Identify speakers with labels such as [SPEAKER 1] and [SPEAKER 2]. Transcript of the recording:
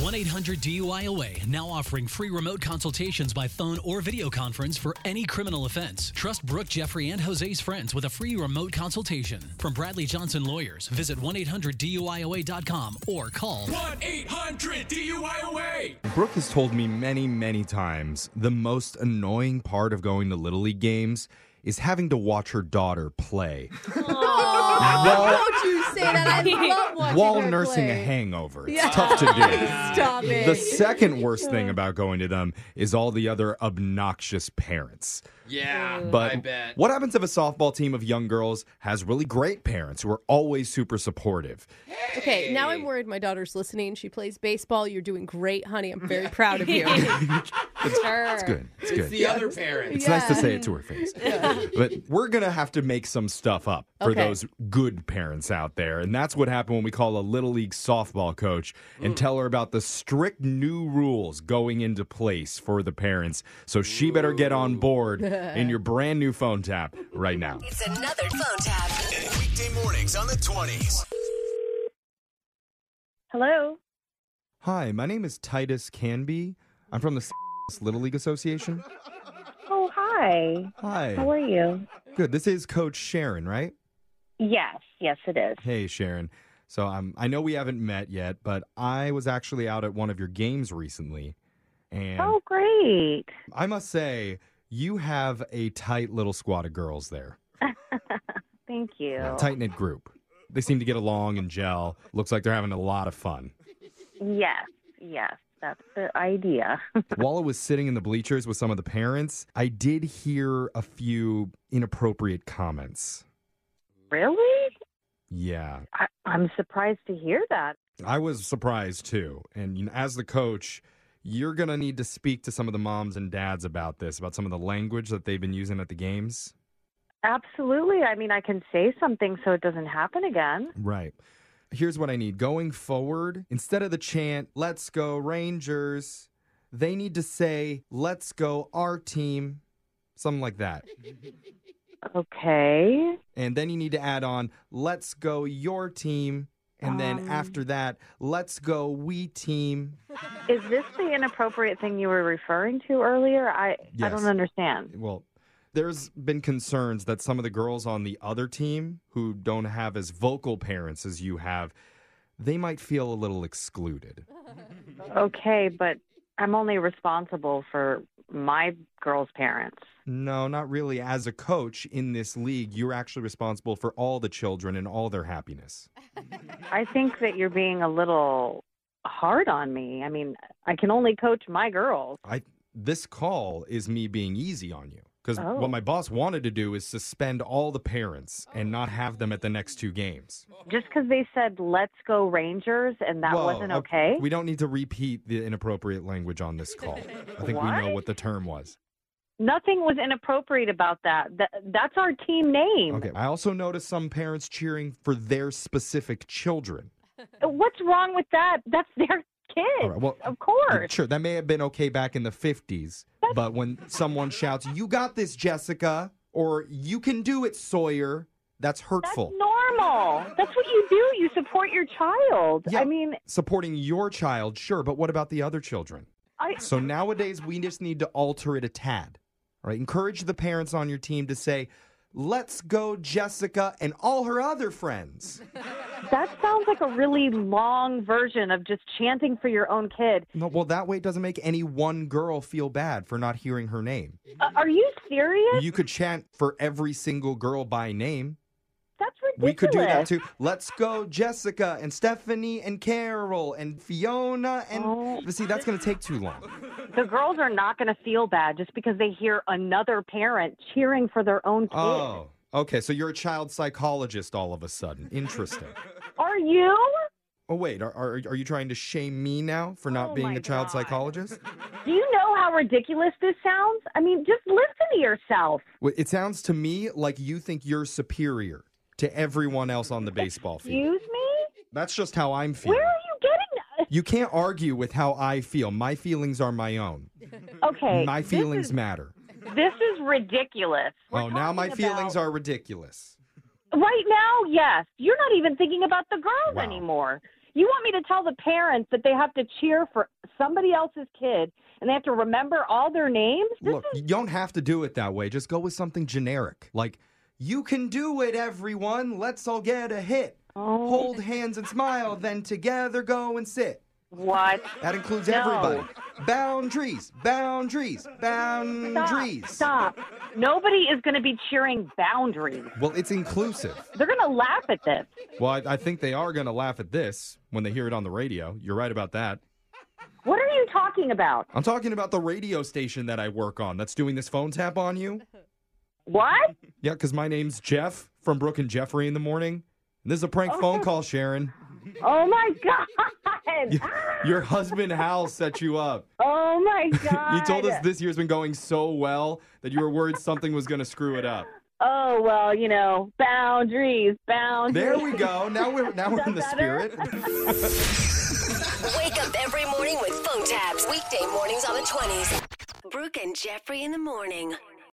[SPEAKER 1] 1 800 DUIOA now offering free remote consultations by phone or video conference for any criminal offense. Trust Brooke, Jeffrey, and Jose's friends with a free remote consultation. From Bradley Johnson Lawyers, visit 1 800 DUIOA.com or call
[SPEAKER 2] 1 800 DUIOA.
[SPEAKER 3] Brooke has told me many, many times the most annoying part of going to Little League games is having to watch her daughter play
[SPEAKER 4] Oh, don't you say that. I love watching
[SPEAKER 3] while
[SPEAKER 4] her
[SPEAKER 3] nursing
[SPEAKER 4] play.
[SPEAKER 3] a hangover. It's
[SPEAKER 4] Yeah.
[SPEAKER 3] tough to do.
[SPEAKER 4] Stop it.
[SPEAKER 3] The second worst thing about going to them is all the other obnoxious parents.
[SPEAKER 5] Yeah,
[SPEAKER 3] But
[SPEAKER 5] I bet.
[SPEAKER 3] what happens if a softball team of young girls has really great parents who are always super supportive?
[SPEAKER 4] okay, now I'm worried my daughter's listening. She plays baseball. You're doing great, honey. I'm very proud of you.
[SPEAKER 3] It's good. It's good.
[SPEAKER 5] It's the other parent.
[SPEAKER 3] It's nice to
[SPEAKER 4] Yeah.
[SPEAKER 3] say it to her face. But we're going to have to make some stuff up for
[SPEAKER 4] Okay.
[SPEAKER 3] those good parents out there. And that's what happened when we call a Little League softball coach and
[SPEAKER 4] Mm.
[SPEAKER 3] tell her about the strict new rules going into place for the parents. So she better get on board in your brand new phone tap right now.
[SPEAKER 6] It's another phone tap.
[SPEAKER 7] Weekday mornings on the 20s.
[SPEAKER 8] Hello.
[SPEAKER 3] Hi, my name is Titus Canby. I'm from the Little League Association.
[SPEAKER 8] Oh, hi. How
[SPEAKER 3] Hi.
[SPEAKER 8] are you?
[SPEAKER 3] Good. This is Coach Sharon, right?
[SPEAKER 8] Yes, yes, it is.
[SPEAKER 3] Hey, Sharon. So um, I know we haven't met yet, but I was actually out at one of your games recently. And
[SPEAKER 8] Oh, great.
[SPEAKER 3] I must say, you have a tight little squad of girls there.
[SPEAKER 8] Thank you.
[SPEAKER 3] Tight knit group. They seem to get along and gel. Looks like they're having a lot of fun.
[SPEAKER 8] Yes, yes, that's the idea.
[SPEAKER 3] While I was sitting in the bleachers with some of the parents, I did hear a few inappropriate comments.
[SPEAKER 8] really?
[SPEAKER 3] Yeah,
[SPEAKER 8] I, I'm surprised to hear that.
[SPEAKER 3] I was surprised too. And you know, as the coach, you're going to need to speak to some of the moms and dads about this, about some of the language that they've been using at the games.
[SPEAKER 8] Absolutely. I mean, I can say something so it doesn't happen again.
[SPEAKER 3] Right. Here's what I need going forward instead of the chant, let's go Rangers, they need to say, let's go our team, something like that.
[SPEAKER 8] Okay.
[SPEAKER 3] And then you need to add on, let's go your team. And then
[SPEAKER 8] Um.
[SPEAKER 3] after that, let's go we team.
[SPEAKER 8] Is this the inappropriate thing you were referring to earlier? I I
[SPEAKER 3] Yes.
[SPEAKER 8] don't understand.
[SPEAKER 3] Well, there's been concerns that some of the girls on the other team who don't have as vocal parents as you have, they might feel a little excluded.
[SPEAKER 8] Okay, but I'm only responsible for my girl's parents.
[SPEAKER 3] No, not really. As a coach in this league, you're actually responsible for all the children and all their happiness.
[SPEAKER 8] I think that you're being a little hard on me. I mean, I can only coach my girls.
[SPEAKER 3] I this call is me being easy on you because
[SPEAKER 8] Oh.
[SPEAKER 3] what my boss wanted to do is suspend all the parents and not have them at the next two games.
[SPEAKER 8] Just because they said "Let's go Rangers" and that
[SPEAKER 3] Whoa,
[SPEAKER 8] wasn't
[SPEAKER 3] uh,
[SPEAKER 8] okay.
[SPEAKER 3] We don't need to repeat the inappropriate language on this call. I think we know
[SPEAKER 8] What?
[SPEAKER 3] what the term was.
[SPEAKER 8] Nothing was inappropriate about that. That that's our team name.
[SPEAKER 3] Okay. I also noticed some parents cheering for their specific children.
[SPEAKER 8] What's wrong with that? That's their kid.
[SPEAKER 3] All right, well,
[SPEAKER 8] of course.
[SPEAKER 3] Sure, that may have been okay back in the 50s, but when someone shouts, You got this, Jessica, or You can do it, Sawyer, that's
[SPEAKER 8] That's
[SPEAKER 3] hurtful.
[SPEAKER 8] normal. That's what you do. You support your child.
[SPEAKER 3] Yeah.
[SPEAKER 8] I mean,
[SPEAKER 3] Supporting your child, sure, but what about the other children?
[SPEAKER 8] I
[SPEAKER 3] So nowadays, we just need to alter it a tad, all right? Encourage the parents on your team to say, Let's go, Jessica, and all her other friends.
[SPEAKER 8] that sounds like a really long version of just chanting for your own kid.
[SPEAKER 3] No, well, that way it doesn't make any one girl feel bad for not hearing her name.
[SPEAKER 8] Uh, are you serious?
[SPEAKER 3] You could chant for every single girl by name.
[SPEAKER 8] That's ridiculous.
[SPEAKER 3] We could do that too. Let's go, Jessica and Stephanie and Carol and Fiona and.
[SPEAKER 8] Oh.
[SPEAKER 3] But see, that's going to take too long.
[SPEAKER 8] The girls are not going to feel bad just because they hear another parent cheering for their own kid.
[SPEAKER 3] Oh, okay. So you're a child psychologist all of a sudden. Interesting.
[SPEAKER 8] Are you?
[SPEAKER 3] Oh, wait. Are, are, are you trying to shame me now for not
[SPEAKER 8] Oh
[SPEAKER 3] being
[SPEAKER 8] my
[SPEAKER 3] a child
[SPEAKER 8] God.
[SPEAKER 3] psychologist?
[SPEAKER 8] Do you know how ridiculous this sounds? I mean, just listen to yourself.
[SPEAKER 3] Wait, It sounds to me like you think you're superior to everyone else on the baseball field.
[SPEAKER 8] Excuse me?
[SPEAKER 3] That's just how I'm feeling.
[SPEAKER 8] Where are you getting
[SPEAKER 3] You can't argue with how I feel. My feelings are my own.
[SPEAKER 8] Okay.
[SPEAKER 3] my feelings matter.
[SPEAKER 8] This is ridiculous.
[SPEAKER 3] Oh, now my feelings are ridiculous.
[SPEAKER 8] Right now, yes. You're not even thinking about the girls
[SPEAKER 3] Wow.
[SPEAKER 8] anymore. You want me to tell the parents that they have to cheer for somebody else's kid and they have to remember all their names? This
[SPEAKER 3] Look, you don't have to do it that way. Just go with something generic. Like, you can do it, everyone. Let's all get a hit.
[SPEAKER 8] Oh.
[SPEAKER 3] Hold hands and smile, then together go and sit.
[SPEAKER 8] what?
[SPEAKER 3] That includes everybody. Boundaries, boundaries, boundaries.
[SPEAKER 8] Stop. Nobody is going to be cheering boundaries.
[SPEAKER 3] Well, it's inclusive.
[SPEAKER 8] They're going to laugh at this.
[SPEAKER 3] Well, I, I think they are going to laugh at this when they hear it on the radio. You're right about that.
[SPEAKER 8] What are you talking about?
[SPEAKER 3] I'm talking about the radio station that I work on that's doing this phone tap on you.
[SPEAKER 8] What?
[SPEAKER 3] Yeah, because my name's Jeff from Brooke and Jeffrey in the morning. And this is a prank phone call, Sharon.
[SPEAKER 8] Oh my God.
[SPEAKER 3] Your husband Hal set you up.
[SPEAKER 8] Oh my God.
[SPEAKER 3] You told us this year's been going so well that you were worried something was going to screw it up.
[SPEAKER 8] Oh, well, you know, boundaries, boundaries.
[SPEAKER 3] There we go. Now we're now we're in the spirit.
[SPEAKER 5] Wake up every morning with phone tabs. Weekday mornings on the 20s. Brooke and Jeffrey in the morning.